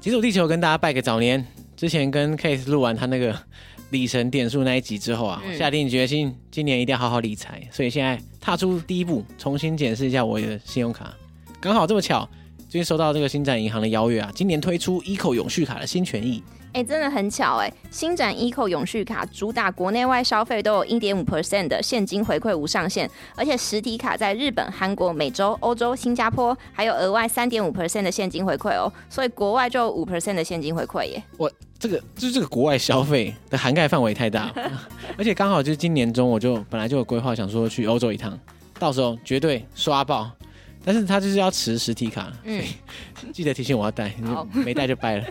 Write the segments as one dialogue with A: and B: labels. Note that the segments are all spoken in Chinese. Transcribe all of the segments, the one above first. A: 极速地球跟大家拜个早年。之前跟 Case 录完他那个里程点数那一集之后啊，我
B: 嗯
A: 下定决心今年一定要好好理财，所以现在踏出第一步，重新检视一下我的信用卡。刚好这么巧，最近收到这个星展银行的邀约啊，今年推出 eco 永续卡的新权益，
B: 哎、真的很巧哎、新展 eco 永续卡主打国内外消费都有一点五 percent 的现金回馈无上限，而且实体卡在日本、韩国、美洲、欧洲、新加坡还有额外三点五 percent 的现金回馈哦，所以国外就有五 percent 的现金回馈耶。
A: 这个就是这个国外消费的涵盖范围太 大了，而且刚好就是今年中我就本来就有规划，想说去欧洲一趟，到时候绝对刷爆。但是他就是要持实体卡，
B: 嗯，
A: 记得提醒我要带，你
B: 好
A: 没带就掰 了。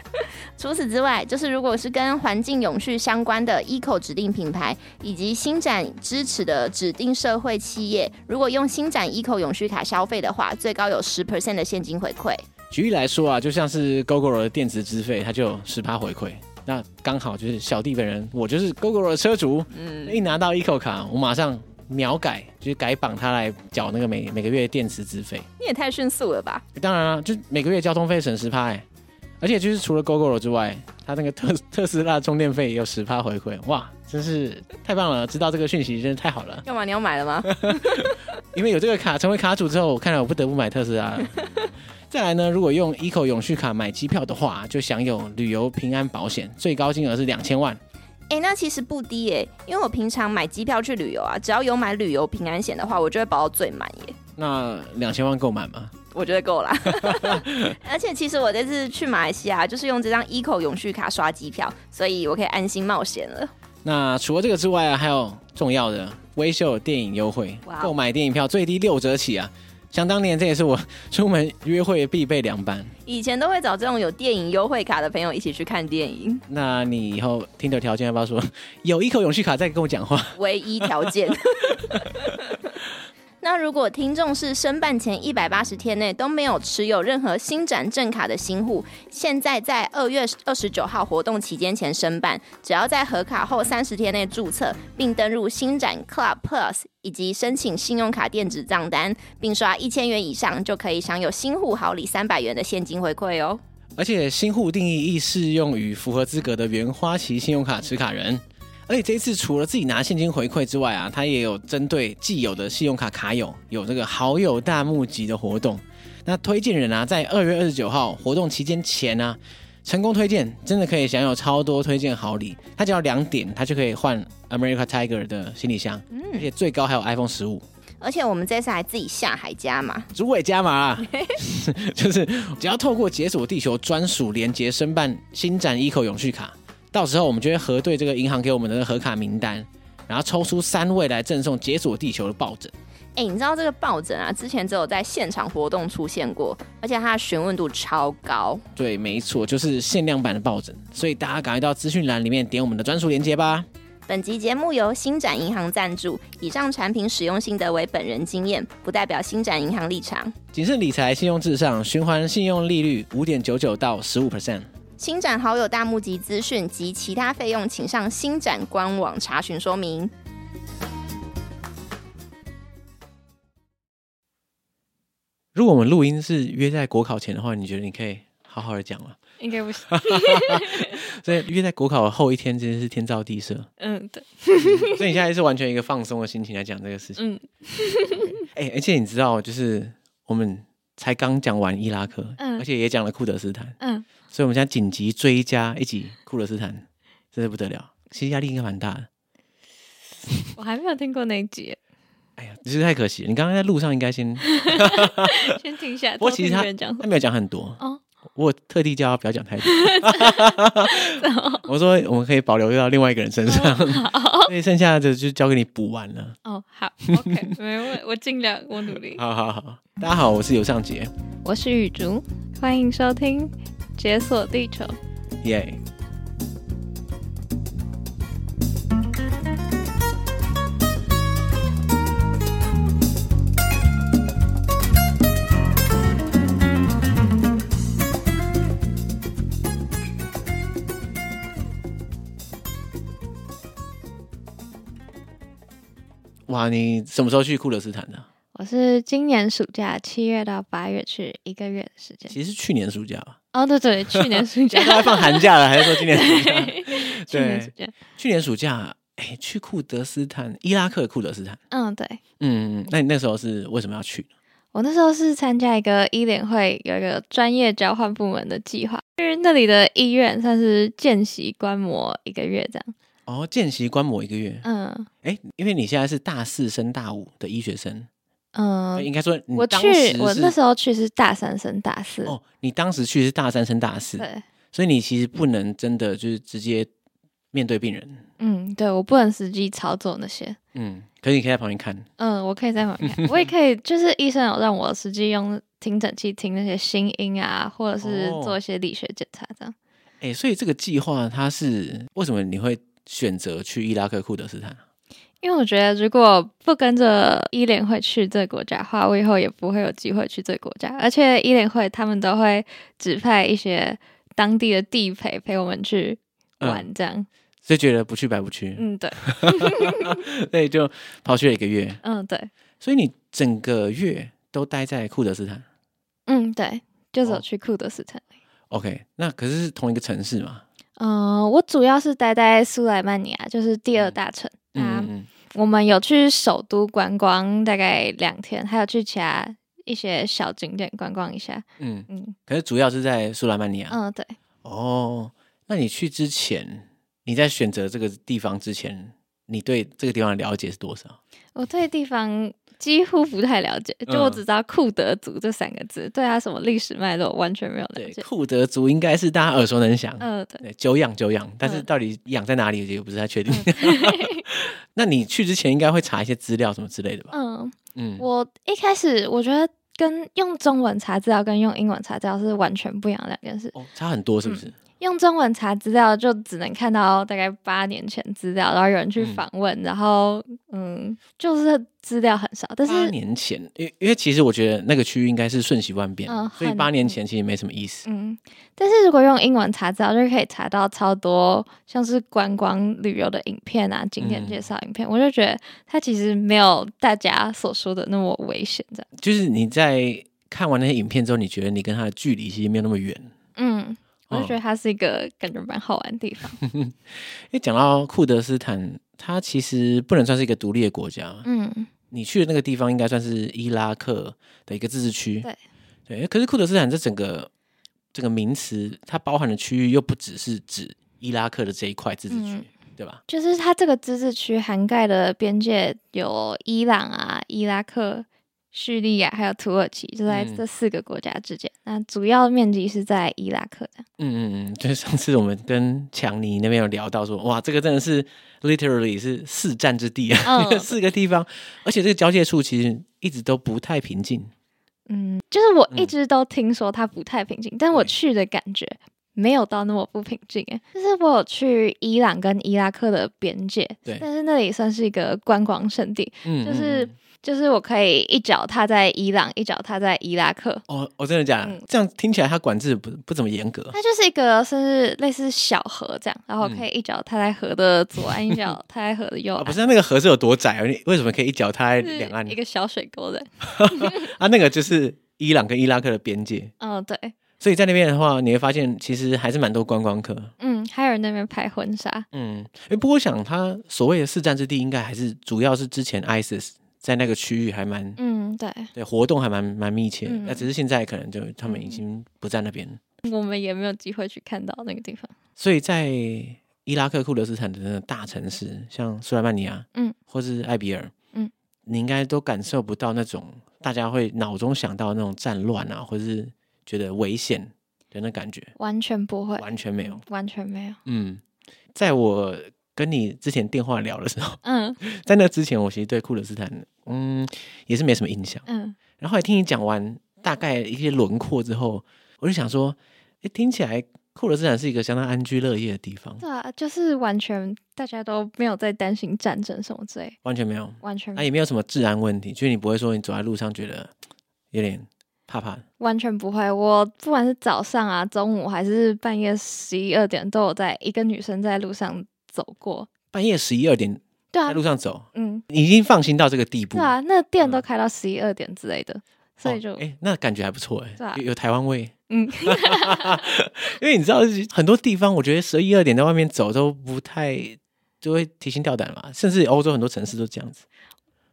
B: 除此之外，就是如果是跟环境永续相关的 eco 指定品牌以及新展支持的指定社会企业，如果用新展 eco 永续卡消费的话，最高有十 percent 的现金回馈。
A: 举例来说啊，就像是 GoGo 的电子资费，它就有十趴回馈。那刚好就是小弟本人，我就是 GoGo 的车主，
B: 嗯
A: 一拿到 Eco 卡，我马上秒改，就是改绑它来缴那个每每个月电池资费。
B: 你也太迅速了吧！
A: 当然啊，就每个月交通费省十趴、欸，而且就是除了 GoGo 之外，它那个特 特斯拉的充电费也有十趴回馈，哇，真是太棒了！知道这个讯息真是太好了，
B: 干嘛？你要买了吗？
A: 因为有这个卡，成为卡主之后，我看来我不得不买特斯拉了。再来呢，如果用 Eco 永续卡买机票的话，就享有旅游平安保险，最高金额是两千万。
B: 哎、那其实不低哎、因为我平常买机票去旅游啊，只要有买旅游平安险的话，我就会保到最满耶，
A: 那两千万够买吗？
B: 我觉得够啦。 而且其实我这次去马来西亚就是用这张 eco 永续卡刷机票，所以我可以安心冒险了。
A: 那除了这个之外啊，还有重要的微秀电影优惠
B: 哇，哦
A: 购买电影票最低六折起啊！想当年，这也是我出门约会必备凉拌。
B: 以前都会找这种有电影优惠卡的朋友一起去看电影，
A: 那你以后听的条件要不要说有一口永续卡再跟我讲话？
B: 唯一条件。那如果听众是申办前一百八十天内都没有持有任何新展证卡的新户，现在在二月二十九号活动期间前申办，只要在核卡后三十天内注册，并登入新展 Club Plus 以及申请信用卡电子账单，并刷一千元以上，就可以享有新户好礼三百元的现金回馈哦。
A: 而且新户定义亦适用于符合资格的原花旗信用卡持卡人。而且这一次除了自己拿现金回馈之外啊，它也有针对既有的信用卡卡友有这个好友大募集的活动。那推荐人啊，在二月二十九号活动期间前啊，成功推荐真的可以享有超多推荐好礼。它只要两点，它就可以换 America Tiger 的行李箱，而且最高还有 iPhone 十五。
B: 而且我们这次还自己下海加码，
A: 主委加码啊， 就是只要透过解锁地球专属连接申办新展 eco 永续卡，到时候我们就会核对这个银行给我们的核卡名单，然后抽出三位来赠送解锁地球的抱枕。
B: 哎、你知道这个抱枕啊，之前只有在现场活动出现过，而且它的询问度超高。
A: 对，没错，就是限量版的抱枕，所以大家赶快到资讯栏里面点我们的专属链接吧。
B: 本集节目由新展银行赞助，以上产品使用心得为本人经验，不代表新展银行立场。
A: 谨慎理财，信用至上，循环信用利率五点九九到十五 percent。
B: 新展好友大募集资讯及其他费用，请上新展官网查询说明。
A: 如果我们录音是约在国考前的话，你觉得你可以好好的讲吗？
C: 应该不行。
A: 所以约在国考后一天，真的是天造地设。
C: 嗯，对，
A: 所以你现在是完全一个放松的心情来讲这个事情。
C: 嗯
A: 哎、而且你知道，就是我们才刚讲完伊拉克，
C: 嗯
A: 而且也讲了库德斯坦，
C: 嗯，
A: 所以我们现在紧急追加一集库德斯坦，真的不得了。其实压力应该蛮大的。
C: 我还没有听过那一集，
A: 哎呀，只是太可惜了。你刚刚在路上应该 先，
C: 先听一下。
A: 不过其实
C: 偷
A: 他
C: 听别人讲什
A: 他
C: 么
A: 没有讲很多
C: 哦
A: 我有特地叫他不要讲 太多。我说我们可以保留到另外一个人身上， 所以剩下的就交给你补完了。
C: 哦， 好，OK，没问题，我尽量，我努力。
A: 好好好，大家好，我是尤尚杰，
C: 我是雨竹，欢迎收听《解锁地球》。
A: 耶、哇，你什么时候去库勒斯坦的、
C: 我是今年暑假七月到八月去一个月的时间，
A: 其实是去年暑假吧，
C: 哦，对对，去年暑假
A: 现在都在放寒假了，还是说今年暑 假？
C: 去年暑假，
A: 去年暑假，哎，去库德斯坦，伊拉克的库德斯坦。
C: 嗯，对
A: 嗯，那你那时候是为什么要去？
C: 我那时候是参加一个医联会有一个专业交换部门的计划，去那里的医院算是见习观摩一个月这样。
A: 哦，见习观摩一个月。
C: 嗯
A: 哎、因为你现在是大四升大五的医学生，
C: 嗯，
A: 应该说你
C: 我
A: 当
C: 去
A: 时
C: 我
A: 是
C: 那时候去是大三升大四，
A: 哦，你当时去是大三升大四，
C: 对，
A: 所以你其实不能真的就是直接面对病人，
C: 嗯，对我不能实际操作那些。
A: 嗯，可是你可以在旁边看，
C: 嗯，我可以在旁边看， 我也可以，就是医生有让我实际用听诊器听那些心音啊，或者是
A: 哦
C: 做一些力学检查这样。
A: 哎、所以这个计划它是为什么你会选择去伊拉克库德斯坦？
C: 因为我觉得，如果不跟着医联会去这个国家的话，我以后也不会有机会去这个国家。而且医联会他们都会指派一些当地的地陪陪我们去
A: 嗯
C: 玩，这样。
A: 所以觉得不去白不去，
C: 嗯，对，
A: 所以就跑去了一个月，
C: 嗯，对，
A: 所以你整个月都待在库德斯坦。
C: 嗯，对，就走
A: 哦
C: 去库德斯坦。
A: OK，那可是是同一个城市嘛？
C: 嗯、我主要是待在苏莱曼尼亚，就是第二大城。啊
A: 嗯，嗯
C: 我们有去首都观光大概两天，还有去其他一些小景点观光一下。
A: 嗯，
C: 嗯
A: 可是主要是在苏莱曼尼亚。
C: 嗯，对，
A: 哦，那你去之前，你在选择这个地方之前，你对这个地方的了解是多少？
C: 我对地方几乎不太了解，就我
A: 嗯
C: 只知道库德族这三个字，对它什么历史脉络完全没有了
A: 对，
C: 解。
A: 库德族应该是大家耳熟能详。
C: 嗯，对，
A: 对，久仰久仰，但是
C: 嗯
A: 到底仰在哪里也不是太确定。 那你去之前应该会查一些资料什么之类的吧？
C: 嗯，
A: 嗯，
C: 我一开始我觉得跟用中文查资料跟用英文查资料是完全不一样的两件事。
A: 哦，差很多是不是？
C: 用中文查资料就只能看到大概八年前资料，然后有人去
A: 嗯
C: 访问，然后嗯，就是资料很少，但
A: 八
C: 是
A: 年前，因因为其实我觉得那个区域应该是瞬息万变，
C: 嗯
A: 所以
C: 很
A: 八年前其实没什么意思。
C: 嗯，但是如果用英文查资料，就可以查到超多像是观光旅游的影片啊、景点
A: 嗯
C: 介绍影片，我就觉得它其实没有大家所说的那么危险，这样。
A: 就是你在看完那些影片之后，你觉得你跟他的距离其实没有那么远。
C: 嗯，我就
A: 嗯
C: 觉得它是一个感觉蛮好玩的地方。
A: 因为讲到库德斯坦，它其实不能算是一个独立的国家。
C: 嗯，
A: 你去的那个地方应该算是伊拉克的一个自治区。
C: 对
A: 对，可是库德斯坦这整个这个名词，它包含的区域又不只是指伊拉克的这一块自治区，
C: 嗯
A: 对吧？
C: 就是它这个自治区涵盖的边界有伊朗啊、伊拉克。叙利亚还有土耳其就在
A: 嗯
C: 这四个国家之间，那主要面积是在伊拉克的。
A: 嗯嗯嗯，就是上次我们跟强尼那边有聊到说，哇，这个真的是 literally 是四战之地啊，
C: 嗯
A: 四个地方，而且这个交界处其实一直都不太平静。
C: 嗯，就是我一
A: 嗯
C: 直都听说它不太平静，但我
A: 对
C: 去的感觉没有到那么不平静。哎，就是我有去伊朗跟伊拉克的边界，
A: 对
C: 但是那里算是一个观光胜地，
A: 嗯，
C: 就
A: 嗯
C: 是
A: 嗯
C: 就是我可以一脚踏在伊朗，一脚踏在伊拉克。
A: 哦，我、真的假的？
C: 嗯
A: 这样听起来它管制不不怎么严格。
C: 它就是一个甚至类似小河这样，然后可以一脚踏在河的左 岸，一脚踏在河的右
A: 啊、
C: 岸，
A: 嗯不是，那个河是有多窄啊？你为什么可以一脚踏在
C: 是
A: 两岸
C: 一？个小水沟的。
A: 啊，那个就是伊朗跟伊拉克的边界，
C: 嗯，对，
A: 所以在那边的话，你会发现其实还是蛮多观光客。
C: 嗯，还有人在那边拍婚纱。
A: 嗯，哎，不过我想他所谓的四战之地，应该还是主要是之前 ISIS 在那个区域还蛮、
C: 嗯，对，
A: 对活动还蛮蛮密切的，那、
C: 嗯
A: 只是现在可能就他们已经不在那边了，
C: 我们也没有机会去看到那个地方。
A: 所以在伊拉克库德斯坦的那个大城市，像苏莱曼尼亚，
C: 嗯，
A: 或是艾比尔，
C: 嗯，
A: 你应该都感受不到那种大家会脑中想到那种战乱啊，或是觉得危险的那感觉，
C: 完全不会，
A: 完全没有。
C: 完全没有。
A: 嗯，在我跟你之前电话聊的时候，
C: 嗯
A: 在那之前，我其实对库德斯坦，嗯，也是没什么印象。
C: 嗯
A: 然后后来听你讲完大概一些轮廓之后，我就想说，诶，听起来库德斯坦是一个相当安居乐业的地方，
C: 对啊，就是完全大家都没有在担心战争什么之类，
A: 完全没有，
C: 完全、
A: 啊，也没有什么治安问题，就是你不会说你走在路上觉得有点怕怕的。
C: 完全不会。我不管是早上啊、中午还是半夜十一二点，都有在一个女生在路上走过。
A: 半夜十一二点
C: 对啊
A: 在，路上走，
C: 嗯，
A: 你已经放心到这个地步，
C: 对啊，那店
A: 嗯
C: 都开到十一二点之类的，所以
A: 哦
C: 就、
A: 诶，那感觉还不错诶，
C: 对啊
A: 有有台湾味，
C: 嗯，
A: 因为你知道很多地方，我觉得十一二点在外面走都不太就会提心吊胆嘛，甚至欧洲很多城市都这样子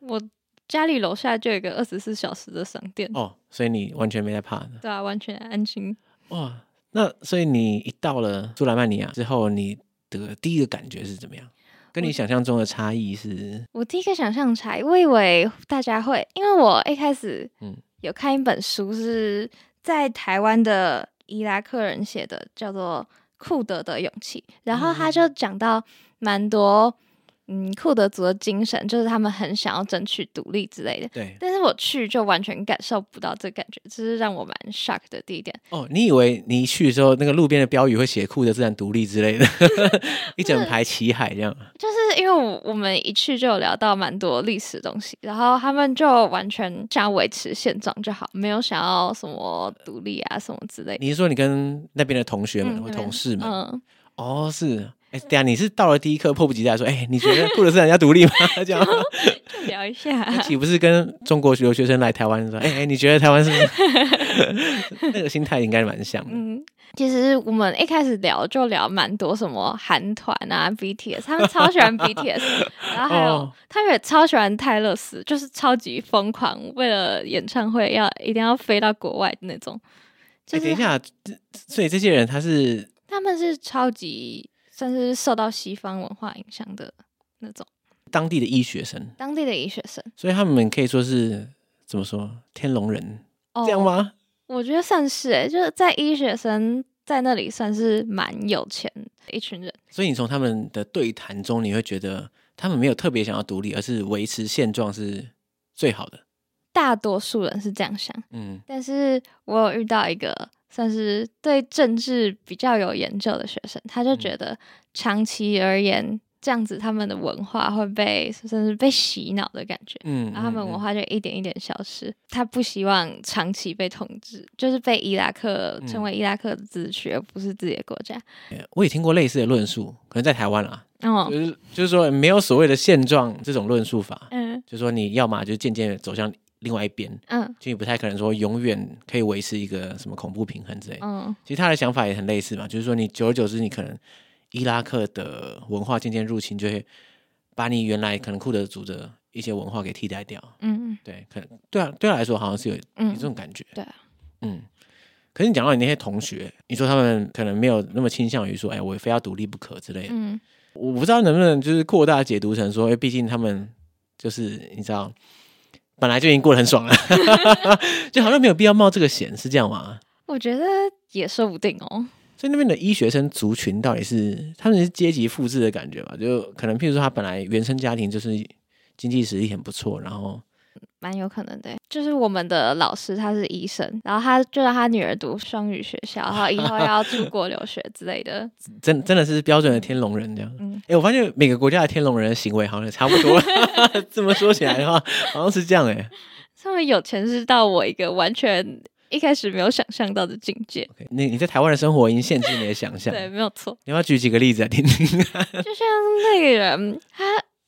C: 我家里楼下就有一个二十四小时的商店，
A: 哦，所以你完全没在怕的
C: 对啊，完全安心。
A: 哇。那所以你一到了苏莱曼尼亚之后，你的第一个感觉是怎么样？跟你想象中的差异是
C: 我第一个想象起来，我以为大家会，因为我一开始
A: 嗯
C: 有看一本书，是在台湾的伊拉克人写的，叫做《库德的勇气》，然后他
A: 嗯
C: 就讲到蛮多。嗯，库德族的精神就是他们很想要争取独立之类的，
A: 对
C: 但是我去就完全感受不到这个感觉，这是让我蛮 shock 的第一点。
A: 哦，你以为你一去的时候，那个路边的标语会写“酷的自然独立”之 类的，一整排旗海这样。
C: 就是因为我我们一去就有聊到蛮多历史的东西，然后他们就完全想要维持现状就好，没有想要什么独立啊什么之类的。
A: 你是说你跟那边的同学们
C: 嗯
A: 或同事们？
C: 嗯，
A: 哦，是。哎，等一下你是到了第一课迫不及待说，哎，你觉得酷的自然要独立吗？这 样，
C: 就 聊一下，
A: 那岂不是跟中国留学生来台湾说，哎哎，你觉得台湾是不是那个心态应该蛮像的？
C: 嗯。其实我们一开始聊就聊蛮多什么韩团啊、BTS，他们超喜欢 BTS，然后还有、
A: 哦
C: 他们也超喜欢泰勒斯，就是超级疯狂，为了演唱会要一定要飞到国外的那种。就
A: 哎，等
C: 是
A: 一下，这所以这些人他是
C: 他们是超级算是受到西方文化影响的那种
A: 当地的医学生，
C: 当地的医学生。
A: 所以他们可以说是怎么说天龙人
C: 哦
A: 这样吗？
C: 我觉得算是诶、就是在医学生在那里算是蛮有钱的一群人。
A: 所以你从他们的对谈中，你会觉得他们没有特别想要独立，而是维持现状是最好的。
C: 大多数人是这样想，
A: 嗯，
C: 但是我有遇到一个算是对政治比较有研究的学生，他
A: 嗯
C: 就觉得长期而言，这样子他们的文化会被甚至被洗脑的感觉，
A: 嗯，
C: 啊然后他们
A: 嗯
C: 文
A: 嗯
C: 化就一点一点消失。他不希望长期被统治，就是被伊拉克
A: 嗯
C: 成为伊拉克的自治区，而不是自己的国家。
A: 我也听过类似的论述，可能在台湾啦，
C: 哦，
A: 就是就是说没有所谓的现状这种论述法，
C: 嗯
A: 就是说你要嘛就渐渐地走向另外一边，
C: 嗯
A: 就你不太可能说永远可以维持一个什么恐怖平衡之类的。
C: 嗯
A: 其实他的想法也很类似嘛，就是说你久而久之，你可能伊拉克的文化渐渐入侵，就会把你原来可能库德族的一些文化给替代掉。
C: 嗯
A: 对，可能对啊，对他来说好像是有有
C: 嗯
A: 这种感觉。
C: 对啊
A: 嗯。可是你讲到你那些同学，你说他们可能没有那么倾向于说，哎，我非要独立不可之类的。
C: 嗯
A: 我不知道能不能就是扩大解读成说，哎，毕竟他们就是你知道，本来就已经过得很爽了， 就好像没有必要冒这个险，是这样吗？
C: 我觉得也说不定哦。
A: 所以那边的医学生族群到底是他们是阶级复制的感觉吧？就可能譬如说他本来原生家庭就是经济实力很不错，然后
C: 蛮有可能的，欸就是我们的老师他是医生，然后他就让他女儿读双语学校，然后以后要出国留学之类的。
A: 真真的是标准的天龙人这样。
C: 嗯
A: 哎、我发现每个国家的天龙人的行为好像也差不多。 这么说起来的话，好像是这样哎、
C: 他们有钱是到我一个完全一开始没有想象到的境界，
A: OK，你你在台湾的生活已经限制你的想象。
C: 对，
A: 你
C: 没有错。
A: 要不要举几个例子啊来听听？
C: 就像那个人，他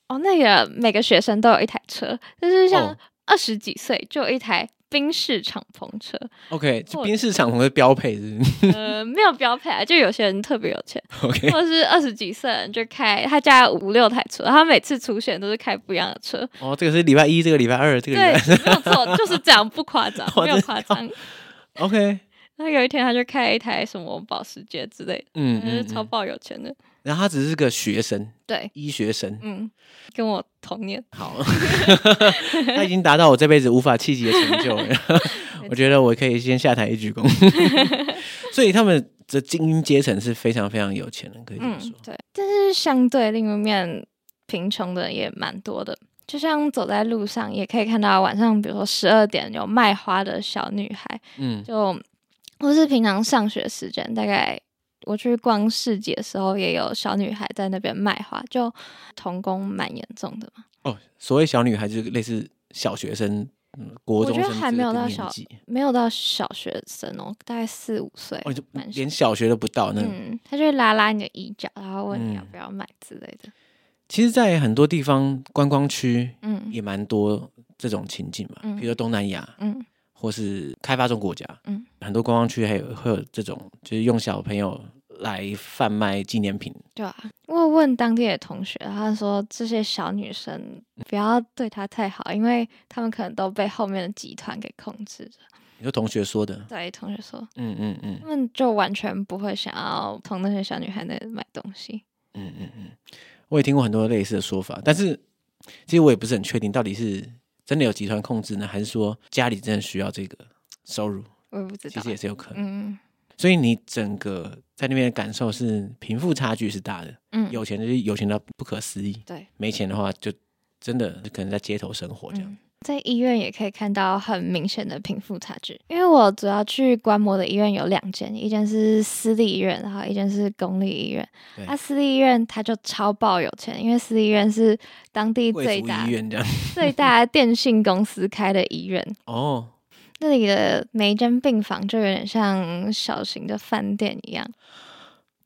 C: 哦，那个人每个学生都有一台车，就是像
A: 哦
C: 二十几岁就有一台宾士敞篷车，
A: OK，这
C: 我
A: 冰室敞篷的标配是不 是
C: 呃，没有标配啊，就有些人特别有钱，
A: OK。
C: 或者是二十几岁的人就开他家有五六台车，他每次出现都是开不一样的车，
A: 哦，这个是礼拜一，这个礼拜二，这个
C: 对，
A: 礼拜，
C: 没有错，就是这样，不夸张
A: 我
C: 没有
A: 知
C: 夸
A: 道
C: 张。
A: OK。
C: 然后有一天他就开一台什么保时捷之类的，
A: 嗯
C: 就是
A: 嗯
C: 超
A: 嗯。
C: 爆有钱的，
A: 然后他只是个学生，
C: 对，
A: 医学生。
C: 嗯，跟我同年，
A: 好，他已经达到我这辈子无法企及的成 就了。 我觉得我可以先下台一鞠躬。所以他们的精英阶层是非常非常有钱的，可以这么
C: 嗯
A: 说。，
C: 对，但是相对另一面，贫穷的人也蛮多的。就像走在路上，也可以看到晚上，比如说十二点有卖花的小女孩，
A: 嗯
C: 就或是平常上学时间，大概我去逛市集的时候，也有小女孩在那边卖花，就童工蛮严重的嘛。
A: 哦，所谓小女孩就是类似小学生、嗯、国中
C: 我觉
A: 生
C: 得还没有到
A: 这个
C: 小
A: 年纪，
C: 没有到小学生哦，大概四五岁，
A: 哦，就
C: 蛮小
A: 连小学都不到那种。
C: 嗯，他就会拉拉你的衣角，然后问你要
A: 嗯
C: 不要买之类的。
A: 其实，在很多地方观光区
C: 嗯
A: 也蛮多这种情景嘛，
C: 嗯
A: 比如说东南亚
C: 嗯
A: 或是开发中国家，
C: 嗯，
A: 很多观光区还有会有这种，就是用小朋友来贩卖纪念品。
C: 对啊，我有问当地的同学，他说这些小女生不要对她太好，因为她们可能都被后面的集团给控制着。
A: 你说同学说的，
C: 对，同学说，
A: 嗯嗯嗯
C: 他们就完全不会想要从那些小女孩那里买东西。
A: 嗯嗯嗯，我也听过很多类似的说法，但是其实我也不是很确定，到底是真的有集团控制呢，还是说家里真的需要这个收入，
C: 我也不知
A: 其
C: 道
A: 实，也是有可能。
C: 嗯
A: 所以你整个在那边的感受是贫富差距是大的，
C: 嗯，
A: 有钱就是有钱到不可思议，
C: 对，
A: 没钱的话就真的可能在街头生活这样。
C: 嗯在医院也可以看到很明显的贫富差距，因为我主要去观摩的医院有两间，一间是私立医院，然后一间是公立医院
A: 对。
C: 啊，私立医院它就超爆有钱，因为私立医院是当地
A: 贵
C: 最
A: 族
C: 大
A: 医院这样
C: 最大的电信公司开的医院，
A: 哦，
C: 那里的每一间病房就有点像小型的饭店一样。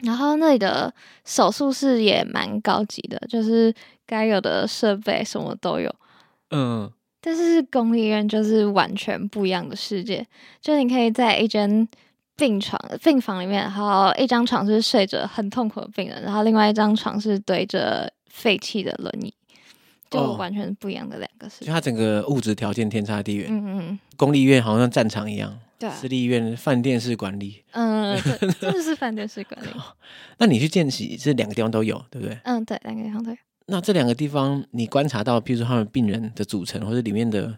C: 然后那里的手术室也蛮高级的，就是该有的设备什么都有。
A: 嗯，
C: 但是公立医院就是完全不一样的世界，就你可以在一间病床病房里面，然后一张床是睡着很痛苦的病人，然后另外一张床是堆着废弃的轮椅，就
A: 哦
C: 完全不一样的两个世
A: 就
C: 界。
A: 它整个物质条件天差地远，
C: 嗯嗯嗯，
A: 公立医院好像战场一样，
C: 对啊
A: 私立医院饭店式管理。
C: 嗯，对，真的是饭店式管理。
A: 那你去见习这两个地方都有，对不对？
C: 嗯，对，两个地方对。
A: 那这两个地方你观察到，譬如说他们病人的组成，或者里面的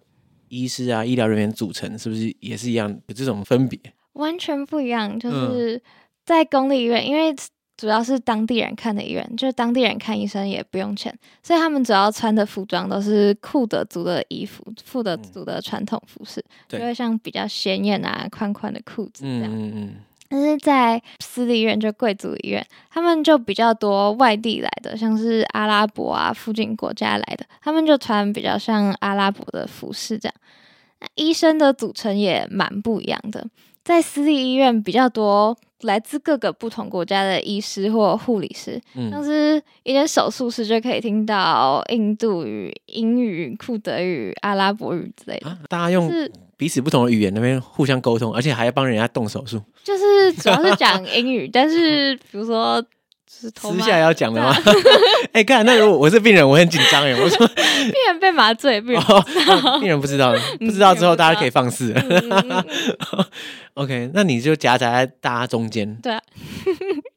A: 医师啊、医疗人员组成，是不是也是一样有这种分别？
C: 完全不一样，就是在公立医院，因为主要是当地人看的医院，就是当地人看医生也不用钱，所以他们主要穿的服装都是库德族的衣服，库德族的传统服饰，
A: 对
C: 就会像比较鲜艳啊、宽宽的裤子这
A: 嗯
C: 样。
A: 嗯嗯，
C: 但是在私立医院，就贵族医院，他们就比较多外地来的，像是阿拉伯啊附近国家来的，他们就穿比较像阿拉伯的服饰这样。那医生的组成也蛮不一样的，在私立医院比较多来自各个不同国家的医师或护理师，
A: 嗯
C: 像是一间手术室就可以听到印度语、英语、库德语、阿拉伯语之类的，
A: 啊，大家用
C: 是
A: 彼此不同的语言那边互相沟通，而且还要帮人家动手术，
C: 就是主要是讲英语， 但是比如说就是头
A: 私
C: 麻
A: 下要讲的吗？ 哎，干，那如果我是病人，我会很紧张哎，我说
C: 病人被麻 醉，病人、
A: 哦病人不知道，不知道之后大家可以放肆了。
C: 嗯嗯嗯嗯
A: OK，那你就夹杂在大家中间，
C: 对啊，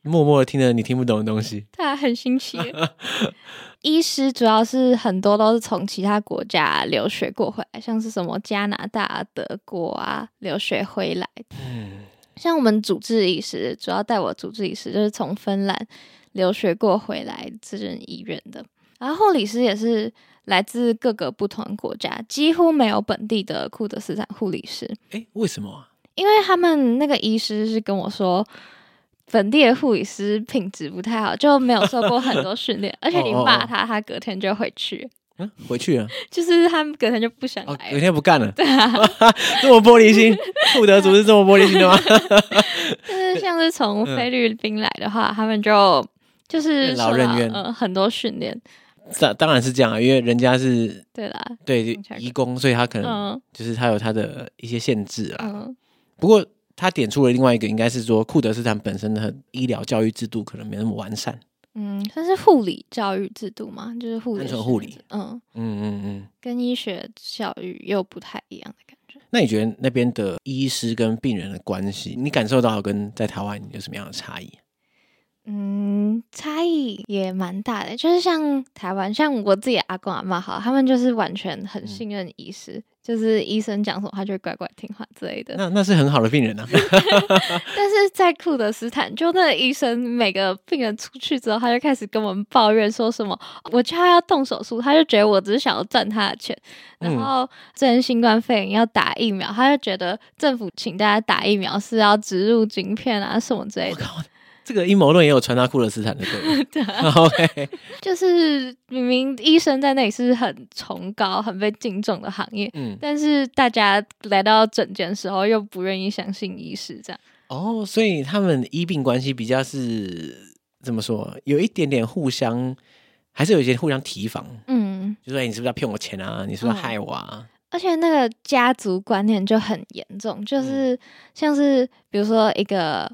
A: 默默的听着你听不懂的东西。
C: 他啊很新奇。医师主要是很多都是从其他国家留学过回来，像是什么加拿大、德国啊留学回来。
A: 嗯，
C: 像我们主治医师，主要带我主治医师就是从芬兰留学过回来这间医院的，然后护理师也是来自各个不同国家，几乎没有本地的库德斯坦护理师。
A: 哎，为什么啊？
C: 因为他们那个医师是跟我说，本地的护理师品质不太好，就没有受过很多 训练，而且
A: 哦
C: 你骂他，他隔天就回去，
A: 嗯，回去了，
C: 就是他们隔天就不想
A: 哦，
C: 来
A: 有
C: 了。
A: 天不干了， 这么玻璃心，库德族是这么玻璃心的吗？
C: 就是像是从菲律宾来的话，他们就就
A: 嗯
C: 是
A: 任劳任怨
C: 受到呃，很多训练。
A: 当 当然是这样啊，因为人家是
C: 对啦，
A: 对
C: 听起来
A: 移工，所以他可能
C: 嗯
A: 就是他有他的一些限制啊。
C: 嗯，
A: 不过他点出了另外一个，应该是说库德斯坦本身的医疗教育制度可能没那么完善。
C: 嗯，算是护理教育制度嘛，就是护理
A: 单
C: 的
A: 纯护理
C: 训练制，嗯，
A: 嗯嗯嗯。
C: 跟医学教育又不太一样的感觉。
A: 那你觉得那边的医师跟病人的关系，你感受到跟在台湾有什么样的差异？
C: 嗯，差异也蛮大的，就是像台湾，像我自己的阿公阿妈好，他们就是完全
A: 嗯
C: 很信任医师，就是医生讲什么他就会乖乖听话之类的。
A: 那那是很好的病人啊，
C: 但是在库德斯坦，就那个医生每个病人出去之后，他就开始跟我们抱怨说什么，我叫他要动手术，他就觉得我只是想要赚他的钱，然
A: 嗯
C: 后这人新冠肺炎要打疫苗，他就觉得政府请大家打疫苗是要植入晶片啊什么之类的。
A: 这个阴谋论也有传达库德斯坦的，对吧 OK，
C: 就是明明医生在那里是很崇高、很被敬重的行业，
A: 嗯，
C: 但是大家来到诊间的时候又不愿意相信医师，这样
A: 哦，所以他们医病关系比较是怎么说？有一点点互相，还是有一些互相提防，
C: 嗯，
A: 就说、哎，你是不是要骗我钱啊？你是不是要害我啊？
C: 而且那个家族观念就很严重，就是像是比如说一个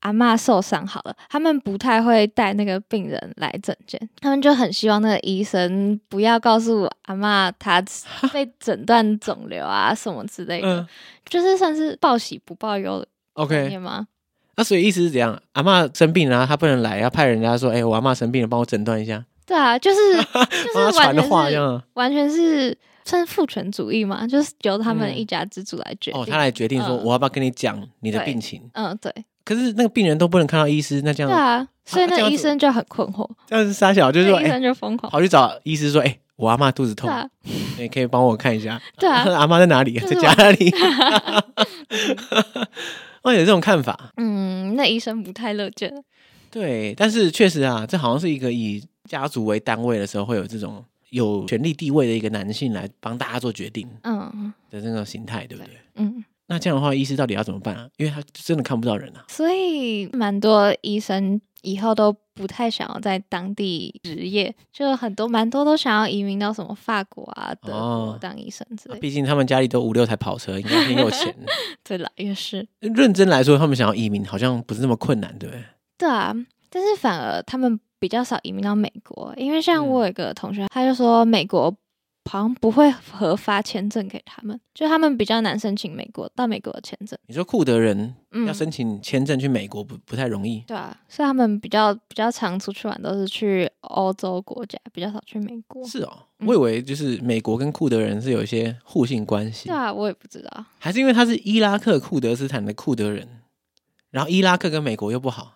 C: 阿嬷受伤好了，他们不太会带那个病人来诊间，他们就很希望那个医生不要告诉阿嬷她 被诊断肿瘤啊什么之类的，
A: 嗯
C: 就是算是报喜不报忧的概
A: ，OK，
C: 念吗？
A: 那所以意思是怎样？阿嬷生病了、她不能来，要派人家说，哎、我阿嬷生病了，帮我诊断一下，
C: 对啊，就是 就是
A: 帮她
C: 完
A: 传
C: 全
A: 话这
C: 是
A: 样啊。
C: 完全是算是父权主义嘛，就是由他们
A: 嗯
C: 一家之主来决定。
A: 哦，他来决定说，
C: 嗯
A: 我要不要跟你讲你的
C: 对
A: 病情？
C: 嗯，对，
A: 可是那个病人都不能看到医师，那这
C: 对
A: 样、
C: 啊，所以
A: 嗯这
C: 那个
A: 样
C: 医
A: 子
C: 生就很困惑，
A: 这样是傻小，就是
C: 那
A: 说，
C: 个医
A: 哎、
C: 生就疯狂。
A: 跑去找医师说，哎、我阿嬷肚子
C: 对
A: 痛，
C: 啊，
A: 你、可以帮我看一下。
C: 对啊
A: 阿嬷在哪里？
C: 就
A: 在
C: 是
A: 家里。 我有这种看法，
C: 嗯，那医生不太乐见。
A: 对，但是确实啊，这好像是一个以家族为单位的时候，会有这种有权力地位的一个男性来帮大家做决定
C: 嗯
A: 的那种形态，对不对？
C: 嗯，
A: 那这样的话，医师到底要怎么办啊？因为他真的看不到人啊。
C: 所以蛮多医生以后都不太想要在当地职业，就很多蛮多都想要移民到什么法国啊、德
A: 哦
C: 国当医生之类的。
A: 毕竟他们家里都五六台跑车，应该很有钱。
C: 对啦，也是。
A: 认真来说，他们想要移民好像不是那么困难，对不对？
C: 对啊，但是反而他们比较少移民到美国，因为像
A: 嗯
C: 我有一个同学，他就说美国好像不会核发签证给他们，就他们比较难申请美国到美国的签证。
A: 你说库德人
C: 嗯
A: 要，申请签证去美国不不太容易，
C: 对啊，所以他们比较比较常出去玩都是去欧洲国家，比较少去美国。
A: 是哦。
C: 嗯
A: 我以为就是美国跟库德人是有一些互信关系
C: 对，啊，我也不知道。
A: 还是因为他是伊拉克库德斯坦的库德人，然后伊拉克跟美国又不好，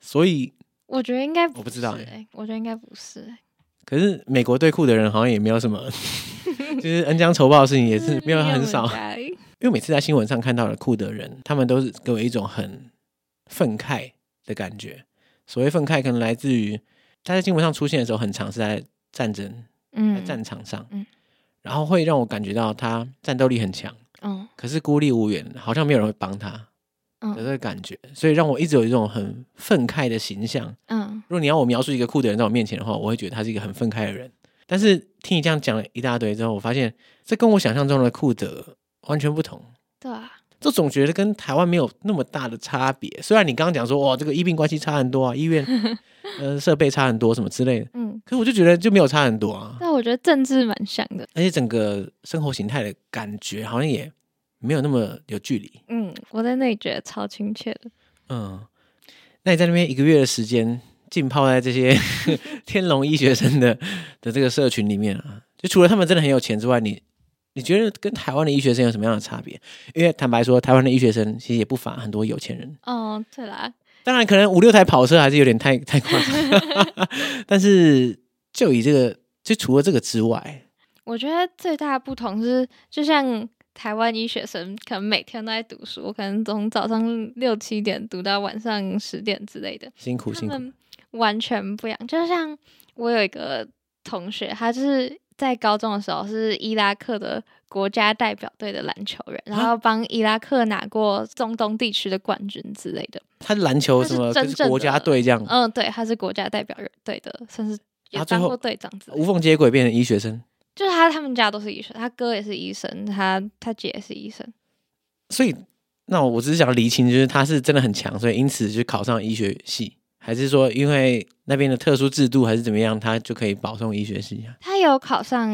A: 所以
C: 我觉得应该
A: 我不知道
C: 是
A: 欸
C: 欸我觉得应该不是欸、
A: 可是美国对库德人好像也没有什么， 就是恩将仇报的事情也是没有很少，
C: 应该
A: 因为每次在新闻上看到的库德人，他们都是给我一种很愤慨的感觉。所谓愤慨，可能来自于他在新闻上出现的时候，很常是在战争、在
C: 嗯，
A: 战场上，
C: 嗯
A: 然后会让我感觉到他战斗力很强，
C: 嗯
A: 可是孤立无援，好像没有人会帮他的这
C: 嗯
A: 个感觉，所以让我一直有一种很愤慨的形象。
C: 嗯，
A: 如果你要我描述一个酷的人在我面前的话，我会觉得他是一个很愤慨的人。但是听你这样讲了一大堆之后，我发现这跟我想象中的酷德完全不同。
C: 对啊，
A: 这总觉得跟台湾没有那么大的差别。虽然你刚刚讲说，哇，这个医病关系差很多啊，医院呃设备差很多什么之类的，
C: 嗯，
A: 可是我就觉得就没有差很多啊。
C: 但我觉得政治蛮像的。
A: 而且整个生活形态的感觉好像也没有那么有距离。
C: 嗯，我在那里觉得超亲切的。
A: 嗯，那你在那边一个月的时间浸泡在这些 天龙医学生的的这个社群里面啊，就除了他们真的很有钱之外，你你觉得跟台湾的医学生有什么样的差别？因为坦白说，台湾的医学生其实也不乏很多有钱人，
C: 哦，对啦，
A: 当然可能五六台跑车还是有点太太夸张， 但是就以这个，就除了这个之外，
C: 我觉得最大的不同是，就像台湾医学生可能每天都在读书，我可能从早上六七点读到晚上十点之类的，
A: 辛苦
C: 他
A: 辛苦，
C: 们完全不一样。就像我有一个同学，他就是在高中的时候是伊拉克的国家代表队的篮球员，
A: 啊
C: 然后帮伊拉克拿过中东地区的冠军之类的。
A: 他篮球什么
C: 他是真正的
A: 国家队这样，
C: 嗯，对，他是国家代表队的，甚至也
A: 哦他最
C: 当
A: 后
C: 过队长之类的
A: 无缝接轨变成医学生，
C: 就是他他们家都是医生，他哥也是医生，他他姐也是医生。
A: 所以，那我只是想厘清，就是他是真的很强，所以因此就考上医学系，还是说因为那边的特殊制度还是怎么样，他就可以保送医学系啊？
C: 他有考上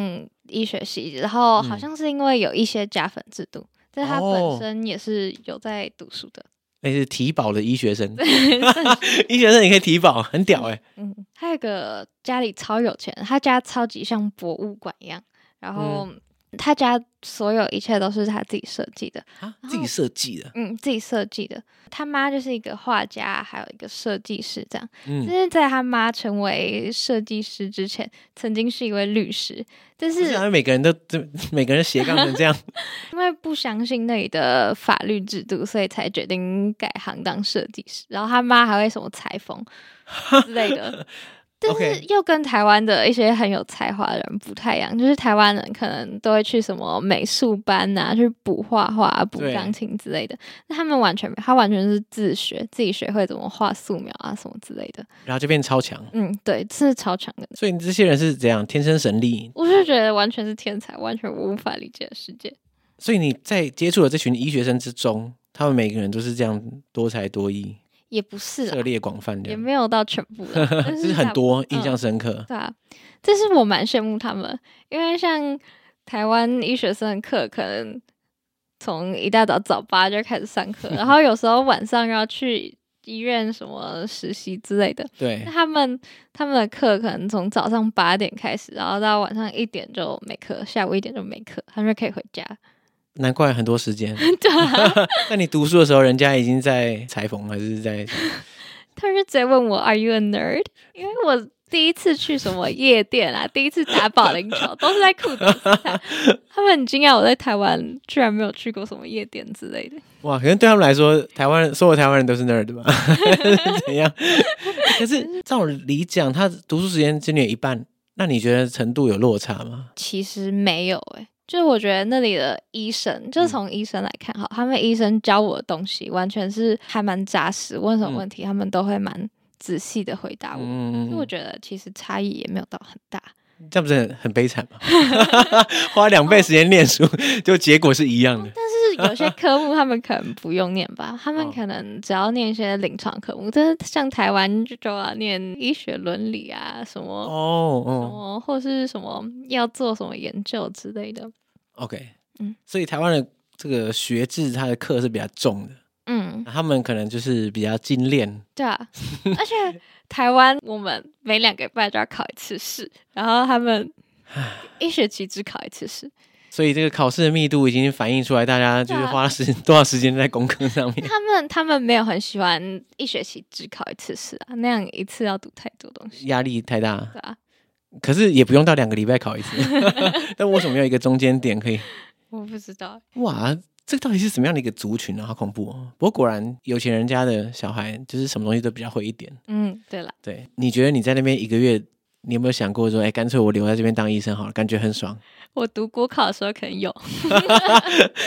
C: 医学系，然后好
A: 嗯
C: 像是因为有一些加分制度，但他
A: 哦
C: 本身也是有在读书的。
A: 那是体保的医学 生，
C: 但是
A: 医学生也可以体保，很屌哎、
C: 嗯，他有个家里超有钱，他家超级像博物馆一样，然后
A: 嗯
C: 他家所有一切都是他自己设计的，
A: 啊，自己设计的，
C: 嗯，自己设计的。他妈就是一个画家，还有一个设计师这样。就
A: 嗯，
C: 是在他妈成为设计师之前，曾经是一位律师，但
A: 不是
C: 是
A: 啊，每个人都这每个人斜杠成这样，
C: 因为不相信那里的法律制度，所以才 决定改行当设计师。然后他妈还会什么裁缝之类的，但
A: OK
C: 是又跟台湾的一些很有才华的人不太一样，就是台湾人可能都会去什么美术班呐、去补画画、啊补
A: 对
C: 钢琴之类的。那他们完全没，他完全是自学，自己学会怎么画素描啊什么之类的。
A: 然后就变超强。
C: 嗯，对，是超强的。
A: 所以这些人是怎样天生神力？
C: 我是觉得完全是天才，完全无法理解的世界。
A: 所以你在接触了这群医学生之中，他们每个人都是这样多才多艺、
C: 也不是啦
A: 涉，猎广泛
C: 也
A: 的，
C: 没有到全部 啦，但
A: 就是是很
C: 大部
A: 多
C: 嗯
A: 印象深刻。
C: 对啊，这是我蛮羡慕他们，因为像台湾医学生的课，可能从一大早早八就开始上课，然后有时候晚上要去医院什么实习之类的。
A: 对
C: 那，他们他们的课可能从早上八点开始，然后到晚上一点就没课，下午一点就没课，他们就可以回家。
A: 难怪很多时间。
C: 对啊，
A: 那你读书的时候，人家已经在裁缝还是在？
C: 他们就直接问我 “Are you a nerd？” 因为我。第一次去什么夜店啊， 第一次打保龄球都是在裤子底下。他们很惊讶我在台湾居然没有去过什么夜店之类的。
A: 哇，可能对他们来说，台湾人所有台湾人都是 nerd 吧？ 怎样？可是照理讲，他读书时间只有一半，那你觉得程度有落差吗？
C: 其实没有诶、就是我觉得那里的医生，就是从医生来看哈，他们医生教我的东西完全是还蛮扎实，问什么问题、他们都会蛮仔细的回答我。
A: 嗯，
C: 所以我觉得其实差异也没有到很大，
A: 这样不是很很悲惨吗？ 花两倍时间念书，就结果是一样的。
C: 就是有些科目他们可能不用念吧，他
A: 哦
C: 们可能只要念一些临床科目，但是像台湾就要念医学伦理啊什么。
A: 哦
C: 什
A: 哦
C: 么或是什么要做什么研究之类的。
A: ，OK，
C: 嗯
A: 所以台湾的这个学制，它的课是比较重的，
C: 嗯，
A: 他们可能就是比较精炼。
C: 对啊，而且台湾我们每两个礼拜就要考一次试，然后他们一学期只考一次 试，
A: 所以这个考试的密度已经反映出来，大家就是
C: 对啊
A: 花时多少时间在功课上 面。
C: 他们他们没有很喜欢一学期只考一次试啊，那样一次要读太多东西，
A: 压力太大，
C: 对啊，
A: 可是也不用到两个礼拜考 一次。但为什么没有一个中间点可以？
C: 我不知道，
A: 哇，这到底是什么样的一个族群啊？好恐怖哦！不过果然有钱人家的小孩就是什么东西都比较会一点。
C: 嗯，对了，
A: 对，你觉得你在那边一个月，你有没有想过说，哎，干脆我留在这边当医生好了，感觉很 爽，
C: 我读国考的时候可能有，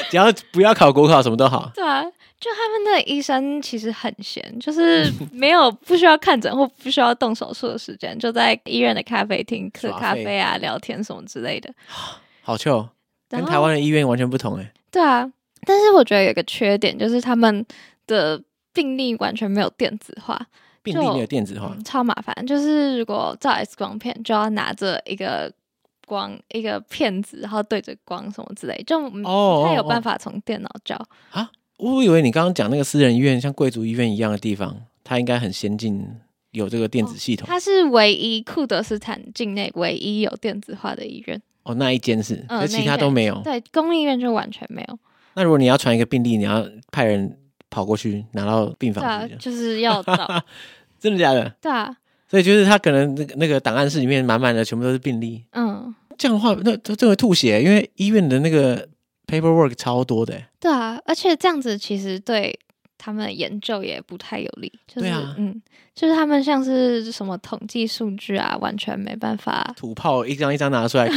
A: 只要不要考国考，什么都好。
C: 对啊，就他们的医生其实很闲，就是没有不需要看诊或不需要动手术的时间，就在医院的咖啡厅喝
A: 耍
C: 咖
A: 废
C: 啡啊、聊天什么之类的。
A: 好糗，
C: 然
A: 跟
C: 后
A: 台湾的医院完全不同哎。
C: 对啊，但是我觉得有一个缺点就是他们的病历完全没有电子化，
A: 病历没有电子化
C: 嗯，超麻烦。就是如果照 X 光片，就要拿着一个光一个片子，然后对着光什么之类，就
A: 哦
C: 不太有
A: 哦
C: 办法从电脑照。
A: 我以为你刚刚讲那个私人医院，像贵族医院一样的地方，它应该很先进，有这个电子系统。
C: 它是唯一库德斯坦境内唯一有电子化的医院，
A: 哦，那一间是，
C: 嗯
A: 可其他都没有。
C: 对，公立医院就完全没有。
A: 那如果你要传一个病例，你要派人跑过去拿到病
C: 对
A: 房
C: 啊
A: 是不，是
C: 就是要找，
A: 真的假的？
C: 对啊，
A: 所以就是他可能那个那个档案室里面满满的全部都是病例，
C: 嗯，
A: 这样的话，那这这会吐血，因为医院的那个 paperwork 超多的欸。
C: 对啊，而且这样子其实对他们的研究也不太有利，就是、
A: 对啊。
C: 嗯，就是他们像是什么统计数据啊，完全没办法
A: 土炮一张一张拿出来 看，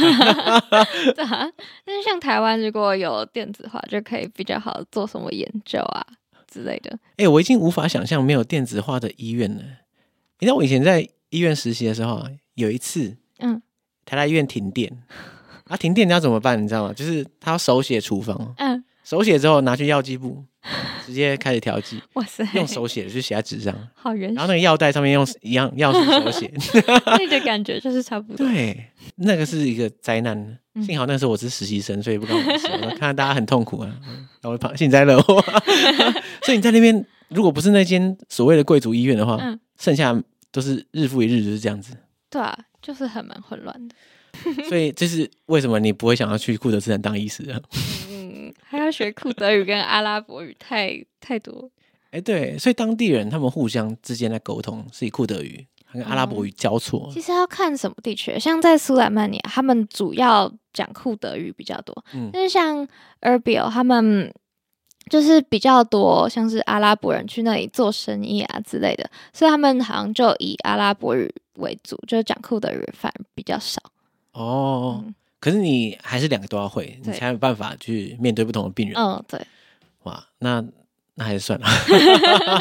C: 对啊，但是像台湾如果有电子化，就可以比较好做什么研究啊之类的。
A: 哎、我已经无法想象没有电子化的医院了。你知道我以前在医院实习的时候啊，有一次
C: 嗯
A: 台大医院停电， 啊，停电你要怎么办？你知道吗？就是他要手写处方，
C: 嗯，
A: 手写之后拿去药剂部，直接开始调剂，
C: 哇塞，
A: 用手写的就写在纸上，
C: 好原
A: 然后
C: 始
A: 那个药袋上面用 一样药水手写，
C: 那的感觉就是差不 多。
A: 对，那个是一个灾难。
C: 嗯
A: 幸好那时候我只是实习生，所以不敢我事。我看到大家很痛苦啊，嗯然后我就怕幸灾乐祸。 所以你在那边，如果不是那间所谓的贵族医院的话，
C: 嗯
A: 剩下都是日复一日就是这样子。
C: 对啊，就是很蛮混乱的。
A: 所以这是为什么你不会想要去库德斯坦当医师啊？
C: 嗯，还要学库德语跟阿拉伯语，太太多。
A: 哎，对，所以当地人他们互相之间在沟通是以库德语跟阿拉伯语交错。
C: 嗯其实要看什么地区，像在苏莱曼尼亚，啊他们主要讲库德语比较多，
A: 嗯
C: 但是像 Erbil 他们就是比较多像是阿拉伯人去那里做生意啊之类的，所以他们好像就以阿拉伯语为主，就是讲库德语反而比较少。
A: 哦，
C: 嗯
A: 可是你还是两个都要会，你
C: 对
A: 才有办法去面对不同的病人。
C: 嗯，对，
A: 哇，那那还是算了，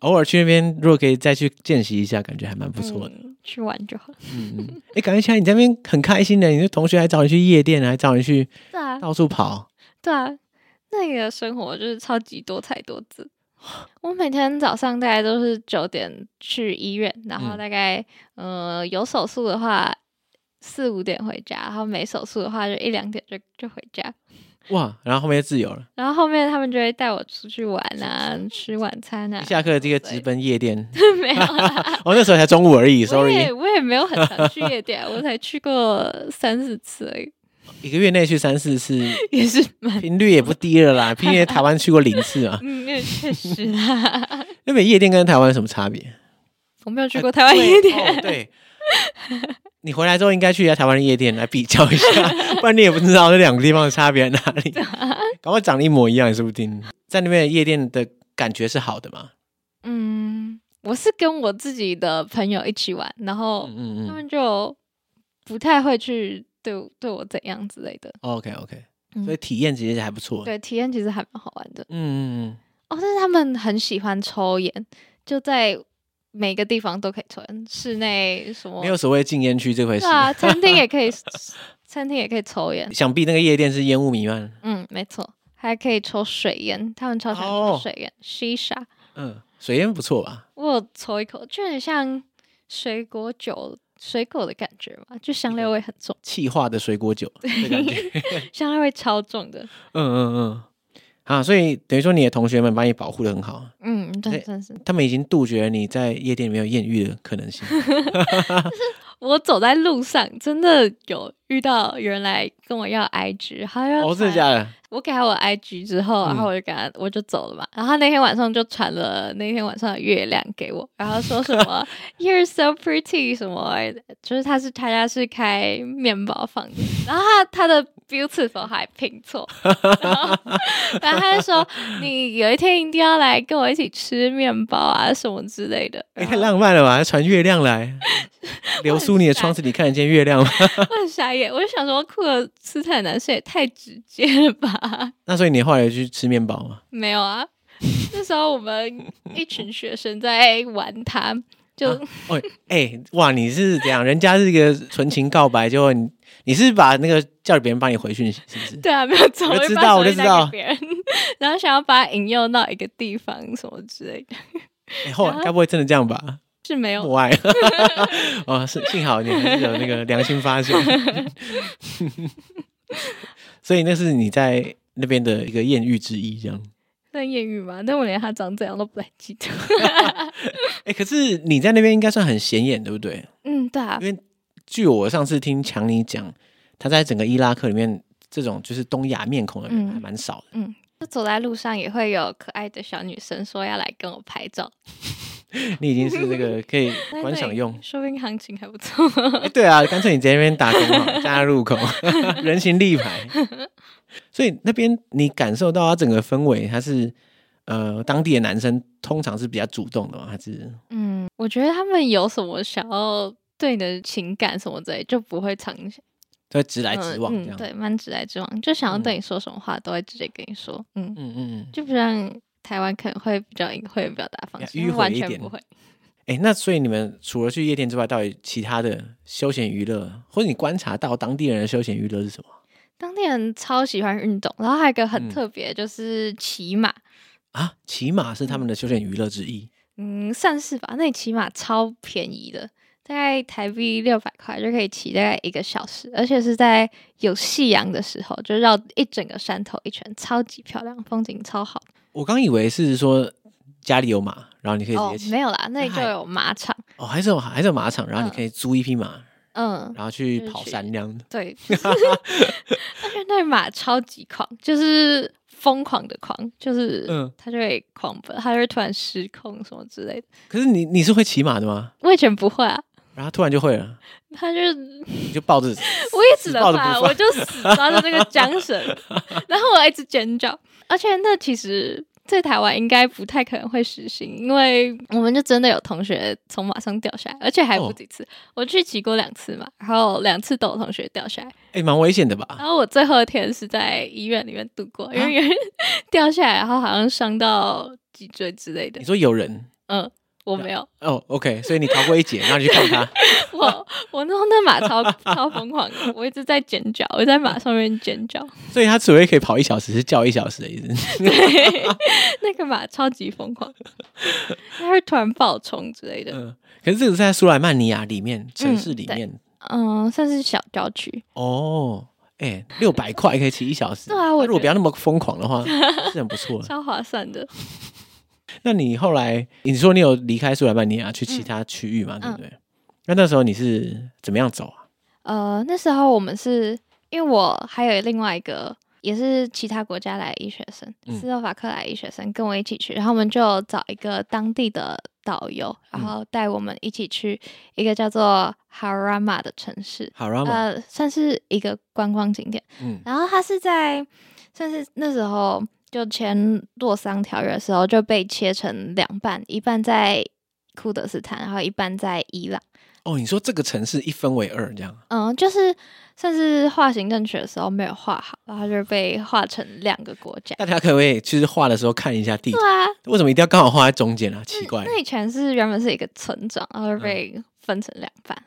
A: 偶尔去那边，如果可以再去见习一下，感觉还蛮不错的。
C: 嗯，去玩就好。
A: 嗯嗯，哎、感觉起来你在那边很开心的，你的同学还找你去夜店，还找你去
C: 对啊，
A: 到处跑。
C: 对啊，那个生活就是超级多彩多姿。我每天早上大概都是九点去医院，然后
A: 嗯
C: 大概、呃有手术的话四五点回家，然后没手术的话就一两点就就回家。
A: 哇，然后后面就自由了，
C: 然后后面他们就会带我出去玩 啊，吃晚餐啊
A: 一。下课这个直奔夜店。
C: 没有啦，
A: 哦，那时候才中午而已
C: 我
A: ，sorry，
C: 也我也没有很常去夜店啊，我才去过三四次而已，
A: 一个月内去三四次，
C: 也是蛮，
A: 频率也不低了啦。毕竟台湾去过零次嘛
C: 嗯，也确实啦，
A: 那边夜店跟台湾有什么差别？
C: 我没有去过台湾夜店。
A: 哎对哦对，你回来之后应该去一下台湾的夜店来比较一 下，不然你也不知道这两个地方的差别在哪里。
C: 啊
A: 搞不好长得一模一样也说不定。在那边的夜店的感觉是好的嘛？
C: 嗯，我是跟我自己的朋友一起玩，然后
A: 嗯嗯
C: 他
A: 嗯。
C: 们就不太会去对我对我怎样之类的。
A: OK OK，
C: 嗯
A: 所以体验其实还不错。
C: 对，体验其实还蛮好玩的。
A: 嗯，嗯
C: 哦，但是他们很喜欢抽烟，就在每个地方都可以抽烟，室内什
A: 嗯，
C: 么
A: 没有所谓禁烟区这回事
C: 对。啊，餐厅也可以， 餐厅也可以抽烟。
A: 想必那个夜店是烟雾弥漫。
C: 嗯，没错，还可以抽水烟，他们超喜欢
A: 哦
C: 抽水烟，西沙、
A: 嗯，水烟不错吧？
C: 我有抽一口，就很像水果酒、水果的感觉嘛，就香
A: 嗯
C: 料味很重，
A: 气化的水 果酒的感觉。
C: 香料味超重的。
A: 嗯嗯嗯。啊，所以等于说你的同学们把你保护的很好，
C: 嗯，
A: 对
C: 真真是，
A: 他们已经杜绝了你在夜店里面有艳遇的可能性。
C: 我走在路上真的有遇到有人来跟我要 IG，他要
A: 哦，真的嗯
C: 传
A: 假的？
C: 我给他我 IG 之后，然后我就给他，我就走了嘛。然后那天晚上就传了那天晚上的月亮 给我，然后说什么 “You're so pretty” 什么，就是他是他家是开面包房的，然后他他的 “beautiful” 还拼 错，然后然后他就说你有一天一定要来跟我一起吃面包啊什么之类的。
A: 哎、
C: 然
A: 太
C: 后
A: 浪漫了吧！还传月亮来，流苏你的窗子里看得见月亮吗？
C: 我很傻眼，我就想说库尔斯坦男生也太直接了吧。
A: 那所以你后来有去吃面包吗？
C: 没有啊，那时候我们一群学生在玩它，就、
A: 哦，哎、哇，你是怎样？人家是一个纯情告白，结果你你是把那个叫别人帮你回讯息，是不是？
C: 对啊，没有错，
A: 我就知
C: 把
A: 道
C: 手
A: 我就
C: 机
A: 知
C: 拿
A: 道
C: 给别人，然后想要把它引诱到一个地方什么之类的，
A: 哎后来该不会真的这样吧？
C: 是没有。
A: 默哀， 哦，是幸好你还是有那个良心发现。 所以那是你在那边的一个艳遇之一，这样。
C: 那艳遇嘛，但我连他长怎样都不太记得。
A: 哎、可是你在那边应该算很显眼，对不对？
C: 嗯，对啊
A: 因，为据我上次听强尼讲，他在整个伊拉克里面，这种就是东亚面孔的人
C: 嗯
A: 还蛮少的。
C: 就走在路上也会有可爱的小女生说要来跟我拍照，
A: 你已经是这个可以观赏用
C: 那哎那。说不定行情还不错。
A: 哎对啊，干脆你在那边打工 好了，站在路口， 人行立牌。所以那边你感受到他整个氛围，他是呃当地的男生通常是比较主动的吗？还是
C: 嗯，我觉得他们有什么想要对你的情感什么之类，就不会藏
A: 他会直来直往这
C: 嗯，
A: 样？
C: 对，蛮直来直往，就想要
A: 嗯
C: 对你说什么话都会直接跟你说，嗯，
A: 嗯嗯嗯。
C: 就不像台湾可能会比较隐晦的表达方式，
A: 迂回
C: 完
A: 一
C: 全
A: 点
C: 不会。
A: 哎、那所以你们除了去夜店之外，到底其他的休闲娱乐，或者你观察到当地人的休闲娱乐是什么？
C: 当地人超喜欢运动，然后还有一个
A: 嗯
C: 很特别，就是骑马，
A: 啊，骑马是他们的休闲娱乐之一。
C: 嗯，算是吧，那里骑马超便宜的。大概台币六百块就可以骑大概一个小时，而且是在有夕阳的时候，就绕一整个山头一圈，超级漂亮，风景超好。
A: 我刚以为是说家里有马，然后你可以直
C: 哦
A: 接，骑。
C: 没有啦，那里就
A: 那还
C: 有马场，
A: 哦，还是有还是有马场，然后你
C: 嗯
A: 可以租一匹马，
C: 嗯，
A: 然后去
C: 就是
A: 跑
C: 去
A: 山这样子。
C: 对，就是、而且那马超级狂，就是疯狂的狂，就是
A: 嗯
C: 它就会狂奔，它就会突然失控什么之类的。
A: 可是你你是会骑马的吗？
C: 我以前不会啊，
A: 然后突然就会了，
C: 它就我
A: 你就抱着
C: 一直
A: 抱着
C: 能
A: 不
C: 怕，
A: 放
C: 我就死抓着那个缰绳，然后我一直尖叫，而且那其实。在台湾应该不太可能会实行，因为我们就真的有同学从马上掉下来，而且还不
A: 哦
C: 止一次。我去骑过两次嘛，然后两次都有同学掉下来。
A: 哎，蛮危险的吧？
C: 然后我最后一天是在医院里面度过，因
A: 啊
C: 为有人掉下来，然后好像伤到脊椎之类的
A: 你。说有人
C: 嗯，我 没有，
A: 哦，OK，所以你逃过一劫，然后你去看 他，
C: 我我那时候那马超超疯狂的，我一直在尖叫，我在马上面尖叫，
A: 所以他只会可以跑一小时，是叫一小时的意思。
C: 对， 那个马超级 疯狂，它会突然爆冲之类的。
A: 嗯，可是这个是在苏莱曼尼亚里面城市里
C: 对
A: 面、
C: 嗯，算是小郊区。
A: 哦。哎，六百块可以骑一小时。
C: 对啊我
A: 那如果
C: 觉得
A: 不要那么疯狂的 话，是很不错的。
C: 超划算的，
A: 那你后来你说你有离开苏莱曼尼亚去其他区
C: 嗯
A: 域嘛？对不对？那那时候你是怎么样走啊？
C: 呃，那时候我们是因为我还有另外一个也是其他国家来的医学生，
A: 嗯
C: 斯洛伐克来的医学生跟我一起去，然后我们就找一个当地的导游，然
A: 嗯
C: 后带我们一起去一个叫做 Harama 的城市，
A: 好啦嘛，
C: 呃，算是一个观光景点。
A: 嗯，
C: 然后他是在算是那时候就签洛桑条约的时候就被切成两半，一半在库德斯坦，然后一半在伊朗。
A: 哦，你说这个城市一分为二这样？
C: 嗯，就是算是画行政区的时候没有画好，然后就被划成两个国家。
A: 大家可不可以就是画的时候看一下地图
C: 对？啊，
A: 为什么一定要刚好画在中间啊？奇怪，
C: 那以前是原本是一个村庄，然后就被分成两半。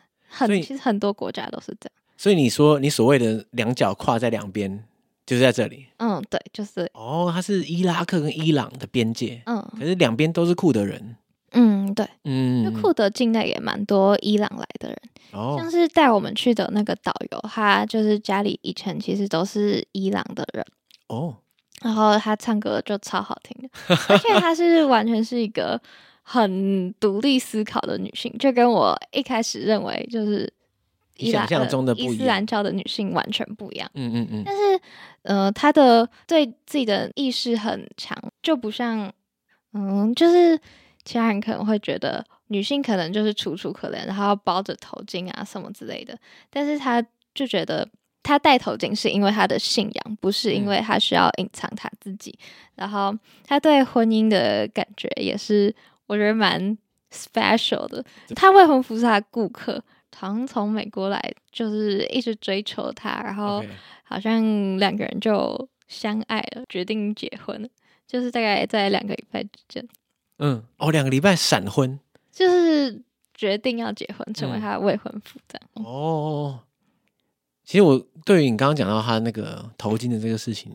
A: 嗯
C: 很
A: 所以
C: 其实很多国家都是这样。
A: 所以你说你所谓的两脚跨在两边，就是在这里
C: 嗯，对，就是
A: 哦，它是伊拉克跟伊朗的边界，
C: 嗯
A: 可是两边都是库德人，
C: 嗯对，就
A: 嗯，
C: 库德境内也蛮多伊朗来的人。
A: 哦
C: 像是带我们去的那个导游，他就是家里以前其实都是伊朗的人，
A: 哦，
C: 然后他唱歌就超好听 的，而且她是完全是一个很独立思考的女性，就跟我一开始认为就是伊朗
A: 你想象中的不一样
C: 伊斯兰教的女性完全不一样。
A: 嗯嗯嗯，
C: 但是，呃，她的对自己的意识很强，就不像，嗯，就是其他人可能会觉得女性可能就是楚楚可怜，然后包着头巾啊什么之类的，但是她就觉得。她戴头巾是因为她的信仰，不是
A: 嗯
C: 因为她需要隐藏她自己。然后她对婚姻的感觉也是，我觉得蛮 special 的。她未婚夫是她的顾客，好像从美国来，就是一直追求她，然后
A: OK
C: 好像两个人就相爱了，决定结婚了，就是大概在两个礼拜之间，
A: 嗯，哦，两个礼拜闪婚，
C: 就是决定要结婚，成为
A: 嗯
C: 他的未婚夫这样。
A: 哦，其实我对于你刚刚讲到他那个头巾的这个事情，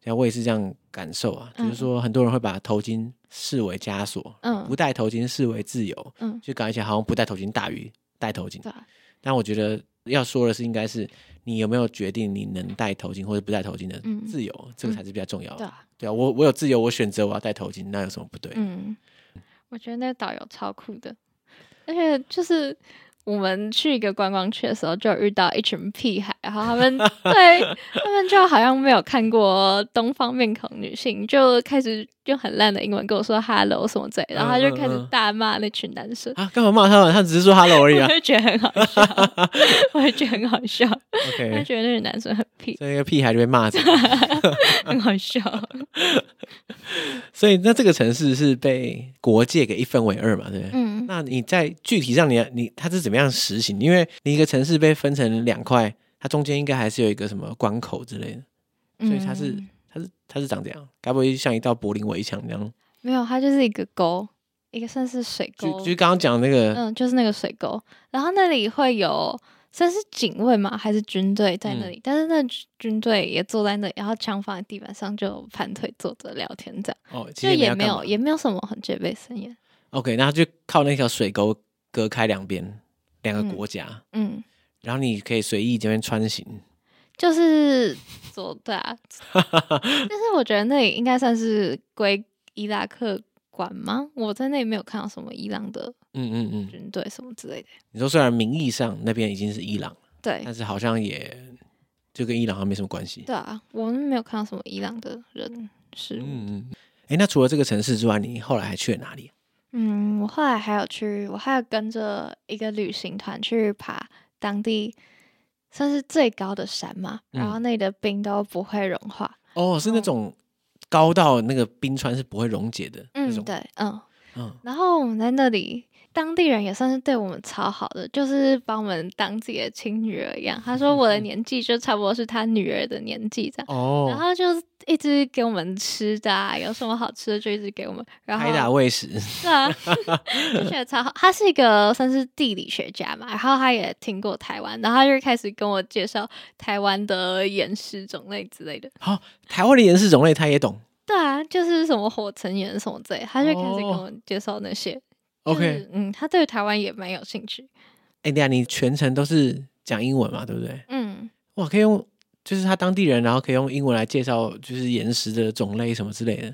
A: 其实我也是这样感受啊，就
C: 嗯
A: 是说很多人会把头巾视为枷锁，
C: 嗯
A: 不戴头巾视为自由，
C: 嗯
A: 就感觉好像不戴头巾大于 戴头巾
C: 对。啊
A: 但我觉得要说的是，应该是你有没有决定你能戴头巾或者不戴头巾的
C: 嗯
A: 自由，这个才是比较重要
C: 对
A: 的。
C: 啊，
A: 对啊，我我有自由，我选择我要戴头巾，那有什么不对？
C: 嗯，我觉得那个导游超酷的，而且就是。我们去一个观光区的时候，就有遇到一群屁孩，然后他 们对他们就好像没有看过东方面孔女性，就开始用很烂的英文跟我说 “hello” 什么之类的，然后他就开
A: 嗯嗯
C: 始
A: 嗯
C: 大骂那群男生。
A: 啊，干嘛骂他们？他只是说 hello 而已
C: 我
A: 啊。
C: 会觉得很好 笑，我会觉得很好笑，他
A: OK，
C: 觉得那个男生很屁，
A: 所以那个屁孩就被骂走。啊
C: 很好笑。
A: 所以那这个城市是被国界给一分为二嘛，对不对？
C: 嗯，
A: 那你在具体上你，你它是怎么样实行？因为你一个城市被分成两块，它中间应该还是有一个什么关口之类的，所以它是、
C: 嗯
A: 它是它是长这样，该不会像一道柏林围墙那样？
C: 没有，他就是一个沟，一个算是水
A: 就
C: 沟
A: 就，刚刚讲那个，
C: 嗯，就是那个水沟，然后那里会有。算是警卫嘛，还是军队在
A: 嗯
C: 那里？但是那军队也坐在那里，然后枪放在地板上，就盘腿坐着聊天，这样
A: 哦，其
C: 就
A: 实
C: 也
A: 没
C: 没
A: 有要
C: 有
A: 干嘛
C: 也没有什么很戒备森严。
A: OK，那它就靠那条水沟隔开两边两个
C: 嗯
A: 国家，
C: 嗯，
A: 然后你可以随意这边穿行。
C: 就是左 对啊，但是我觉得那里应该算是归伊拉克管吗？我在那里没有看到什么伊朗的
A: 嗯嗯嗯，
C: 军队什么之类的。
A: 你说虽然名义上那边已经是伊朗，
C: 对
A: 但是好像也就跟伊朗好像没什么关系。
C: 对啊，我们没有看到什么伊朗的人事物。
A: 嗯，嗯，哎，那除了这个城市之外，你后来还去了哪里？
C: 嗯，我后来还有去，我还有跟着一个旅行团去爬当地
A: 嗯
C: 算是最高的山嘛，然后那里的冰都不会融化。
A: 哦，是那种高到那个冰川是不会溶解的那
C: 嗯，
A: 种。
C: 对，嗯。
A: 嗯，
C: 然后我们在那里，当地人也算是对我们超好的，就是把我们当自己的亲女儿一样。他 说我的年纪就差不多是他女儿的年纪这样，然
A: 哦，
C: 后就是一直给我们吃的、啊，有什么好吃的就一直给我们。然
A: 拍打
C: 后
A: 喂食，
C: 对啊， 就觉得超好。他是一个算是地理学家嘛，然后他也听过台湾，然后他就开始跟我介绍台湾的岩石种类之类的。
A: 好、哦台湾的岩石种类他也懂。
C: 对啊，就是什么火成岩什么之类，他就开始跟
A: 哦
C: 我介绍那些。
A: OK，
C: 就
A: 哎、
C: 是嗯，他对台湾也蛮有兴趣。
A: 等一下你全程都是讲英文嘛，对不对？
C: 嗯，
A: 哇，可以用就是他当地人，然后可以用英文来介绍就是岩石的种类什么之类的，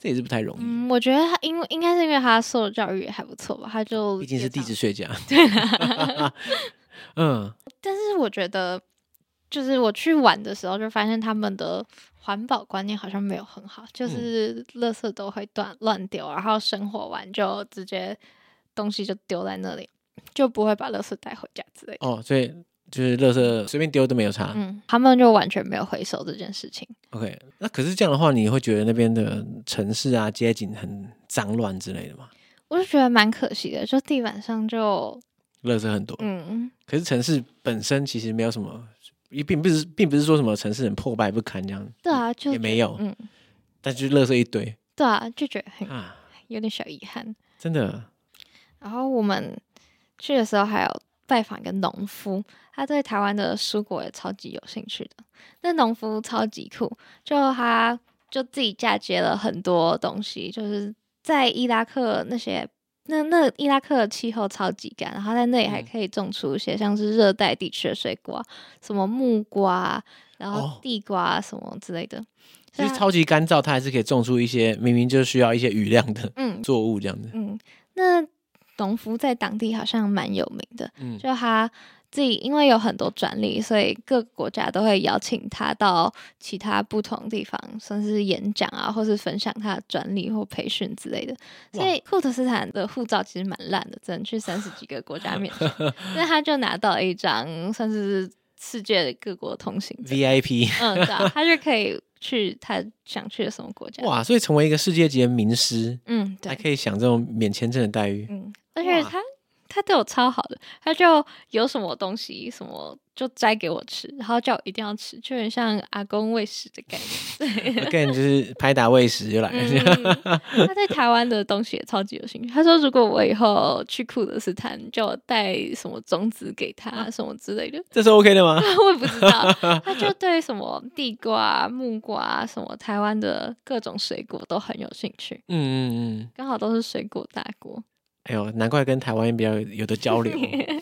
A: 这也是不太容易。
C: 嗯，我觉得他因为应该是因为他受教育也还不错吧，他就
A: 毕竟是
C: 也
A: 地
C: 常
A: 质，学家。 嗯，
C: 但是我觉得就是我去玩的时候就发现他们的环保观念好像没有很好，
A: 嗯
C: 就是垃圾都会乱乱丢，然后生活完就直接东西就丢在那里，就不会把垃圾带回家之类的。
A: 哦，所以就是垃圾随便丢都没有差。
C: 嗯，他们就完全没有回收这件事情。
A: OK，那可是这样的话，你会觉得那边的城市啊、街景很脏乱之类的吗？
C: 我就觉得蛮可惜的，就地板上
A: 哦
C: 就
A: 垃圾很多，
C: 嗯，
A: 可是城市本身其实没有什么，也并不是，并不是说什么城市很破败不堪这样，
C: 对啊，就
A: 也没有，
C: 嗯，
A: 但就是垃圾一堆
C: 对啊，就觉得很
A: 哦啊，
C: 有点小遗憾。
A: 真的
C: 然后我们去的时候还有拜访一个农夫，他对台湾的蔬果也超级有兴趣的。那农夫超级酷，就他就自己嫁接了很多东西，就是在伊拉克那些。那那伊拉克的气候超级干，然后在那里还
A: 嗯
C: 可以种出一些像是热带地区的水果啊，什么木瓜啊，然
A: 哦
C: 后地瓜啊什么之类的。
A: 就
C: 所以
A: 是
C: 他
A: 超级干燥，它还是可以种出一些明明就需要一些雨量的
C: 嗯
A: 作物这样子。
C: 嗯，那农夫在当地好像蛮有名的，
A: 嗯，
C: 就他自己因为有很多专利，所以各个国家都会邀请他到其他不同地方，甚至演讲啊，或是分享他的专利或培训之类的。所以库特斯坦的护照其实蛮烂的，只能去三十几个国家面试，那他就拿到了一张算是世界各国通行证。
A: VIP
C: 嗯，对、啊，他就可以去他想去的什么国家。
A: 哇，所以成为一个世界级的名师，
C: 嗯，对
A: 还，可以享这种免签证的待遇。
C: 嗯，而且
A: 哇
C: 他他对我超好的，他就有什么东西什么就摘给我吃，然后叫我一定要吃，就很像阿公喂食的概念。对，
A: Again，就是拍打喂食就来了。
C: 嗯、 他对台湾的东西也超级有兴趣。他说，如果我以后去库德斯坦，叫我带什么种子给
A: 嗯
C: 他，什么之类的，
A: 这是 OK 的吗？
C: 我也不知道。他就对什么地瓜、木瓜、什么台湾的各种水果都很有兴趣，
A: 嗯嗯嗯，
C: 刚好都是水果大国。
A: 哎呦，难怪跟台湾比较有的交流。哎、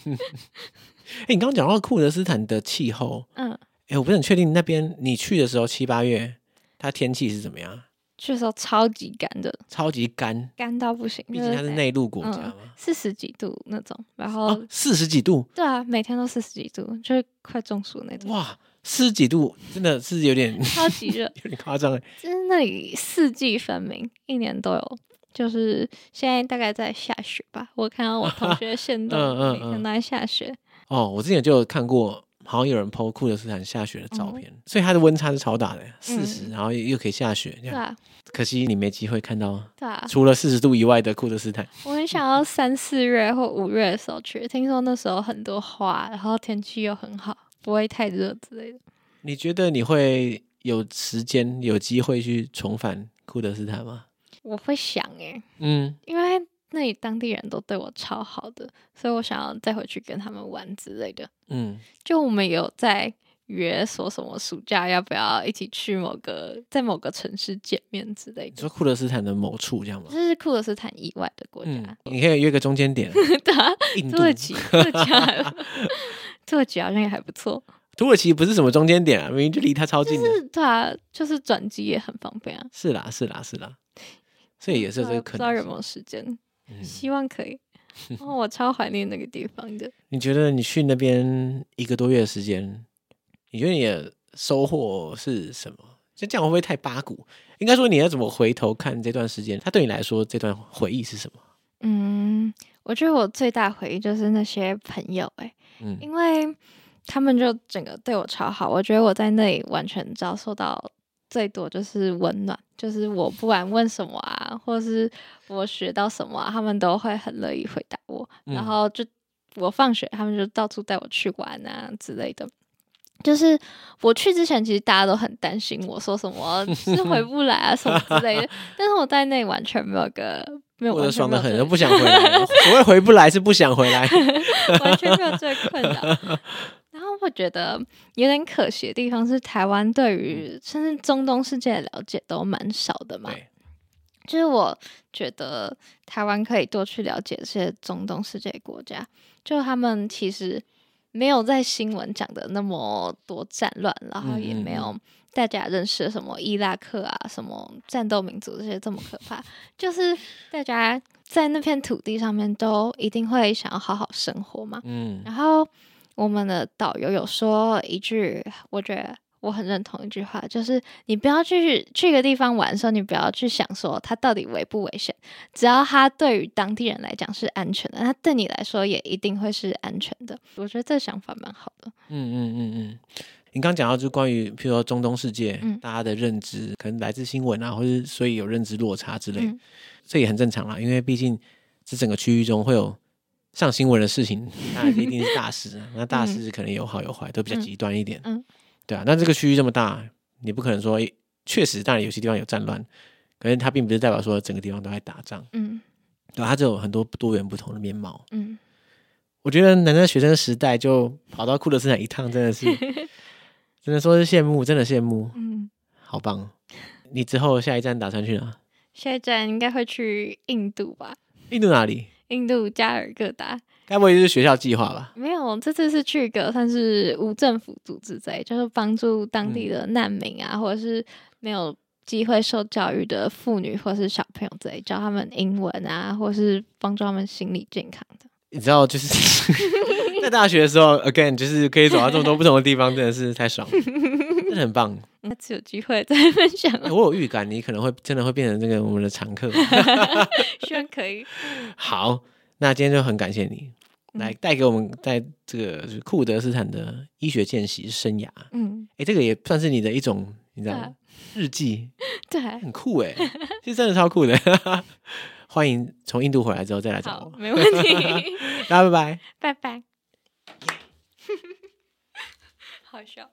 A: 你刚刚讲到库德斯坦的气候，
C: 嗯，
A: 哎，我不是很确定那边你去的时候七八月，它天气是怎么样？
C: 去的时候超级干的，
A: 超级干，
C: 干到不行，
A: 毕竟它是内陆国家嘛。
C: 嗯四十几度那种，然后、
A: 哦，四十几度，
C: 对啊，每天都四十几度，就是快中暑那种，
A: 哇，四十几度真的是有点
C: 超级热，
A: 有点夸张哎。
C: 就是那里四季分明，一年都有。就是现在大概在下雪吧，我看到我同学现在
A: 嗯嗯
C: 每天
A: 嗯
C: 都在下雪，
A: 哦，我之前就有看过，好像有人 PO 库德斯坦下雪的照片，所以它的温差是超大的，四十、然后又可以下雪，这
C: 对
A: 样。
C: 啊，
A: 可惜你没机会看到
C: 对啊，
A: 除了四十度以外的库德斯坦。
C: 我很想要三四月或五月的时候去，听说那时候很多花，然后天气又很好，不会太热之类的。
A: 你觉得你会有时间、有机会去重返库德斯坦吗？
C: 我会想诶、
A: 嗯，
C: 因为那里当地人都对我超好的，所以我想要再回去跟他们玩之类的。
A: 嗯，
C: 就我们有在约说什么暑假要不要一起去某个在某个城市见面之类
A: 你
C: 的，
A: 说库德斯坦的某处这样吗
C: 就？是库尔斯坦以外的国家，
A: 嗯，你可以约个中间 点，
C: 对啊，
A: 印
C: 土
A: 度、
C: 耳其，土耳其还不，土耳其好像也还不错，
A: 土耳其不是什么中间点啊，明明就离它超近的。
C: 是对啊，就是转机也很方便啊，
A: 是啦，是啦，是啦，所以也是有这个
C: 对啊不
A: 可
C: 知道有
A: 能
C: 没
A: 性。
C: 有时间，
A: 嗯
C: 希望 可以。哦，我超怀念那个地方的。
A: 你觉得你去那边一个多月的时间，你觉得你的收获是什么？就这样会不会太八股？应该说你要怎么回头看这段时间，它对你来说这段回忆是什么？
C: 嗯，我觉得我最大回忆就是那些朋友、欸，
A: 嗯，
C: 因为他们就整个对我超好，我觉得我在那里完全遭受到最多就是温暖，就是我不管问什么啊，或是我学到什么、啊，他们都会很乐意回答我。
A: 嗯
C: 然后就我放学，他们就到处带我去玩啊之类的。就是我去之前，其实大家都很担心我说什 么是回不来啊什么之类的，但是我在内完全没有个没有
A: 过
C: 完
A: 得
C: 全
A: 爽
C: 没
A: 的
C: 有
A: 很，
C: 这
A: 都不想回来。所谓回不来是不想回来。
C: 完全没有这个困扰。然后我觉得有点可惜的地方是，台湾对于甚至中东世界的了解都蛮少的嘛。
A: 嗯对，
C: 就是我觉得台湾可以多去了解这些中东世界国家，就他们其实没有在新闻讲的那么多战乱，然后也
A: 嗯嗯
C: 没有大家认识的什么伊拉克啊、什么战斗民族这些这么可怕，就是大家在那片土地上面都一定会想要好好生活嘛。
A: 嗯，
C: 然后我们的导游有说一句，我觉得我很认同一句话，就是你不要去去一个地方玩的时候，你不要去想说它到底危不危险，只要它对于当地人来讲是安全的，它对你来说也一定会是安全的。我觉得这想法蛮好的。
A: 嗯嗯嗯嗯，你刚讲到就是关于，譬如说中东世界，
C: 嗯
A: 大家的认知可能来自新闻啊，或是所以有认知落差之类，
C: 嗯
A: 这也很正常啦。因为毕竟这整个区域中会有上新闻的事 情，那一定是大事啊。那大事可能有好有坏，都比较极端一点。
C: 嗯
A: 对啊。那这个区域这么大，你不可能说诶确实，当然有些地方有战乱，可是它并不是代表说整个地方都在打仗，
C: 嗯
A: 对、啊，它这有很多多元不同的面貌。
C: 嗯，
A: 我觉得能在学生时代就跑到库德斯坦一趟，真的是，只能说是羡慕，真的羡慕，
C: 嗯，
A: 好棒！你之后下一站打算去哪？
C: 下一站应该会去印度吧？
A: 印度哪里？
C: 印度加尔各答。
A: 该不会就是学校计划吧？
C: 没有，这次是去一个算是无政府组织在，就是帮助当地的难民啊，或者是没有机会受教育的妇女或是小朋友之类，教他们英文啊，或是帮助他们心理健康的。
A: 你知道，就是在大学的时候，again，就是可以走到这么多不同的地方，真的是太爽了，真的很棒。
C: 下次有机会再分享
A: 欸
C: 哦，
A: 我有预感，你可能会真的会变成这个我们的常客。
C: 希望可 以。
A: 好，那今天就很感谢你
C: 嗯
A: 来带给我们在这个就是库德斯坦的医学见习生涯。
C: 嗯，
A: 哎、这个也算是你的一种，你知道、
C: 对
A: 吗
C: 啊？
A: 日记，
C: 对，
A: 很酷哎、其实真的超酷的。 欢迎从印度回来之后再来找
C: 好
A: 我，，
C: 没问 题，
A: 大家拜拜。
C: 拜拜。好笑。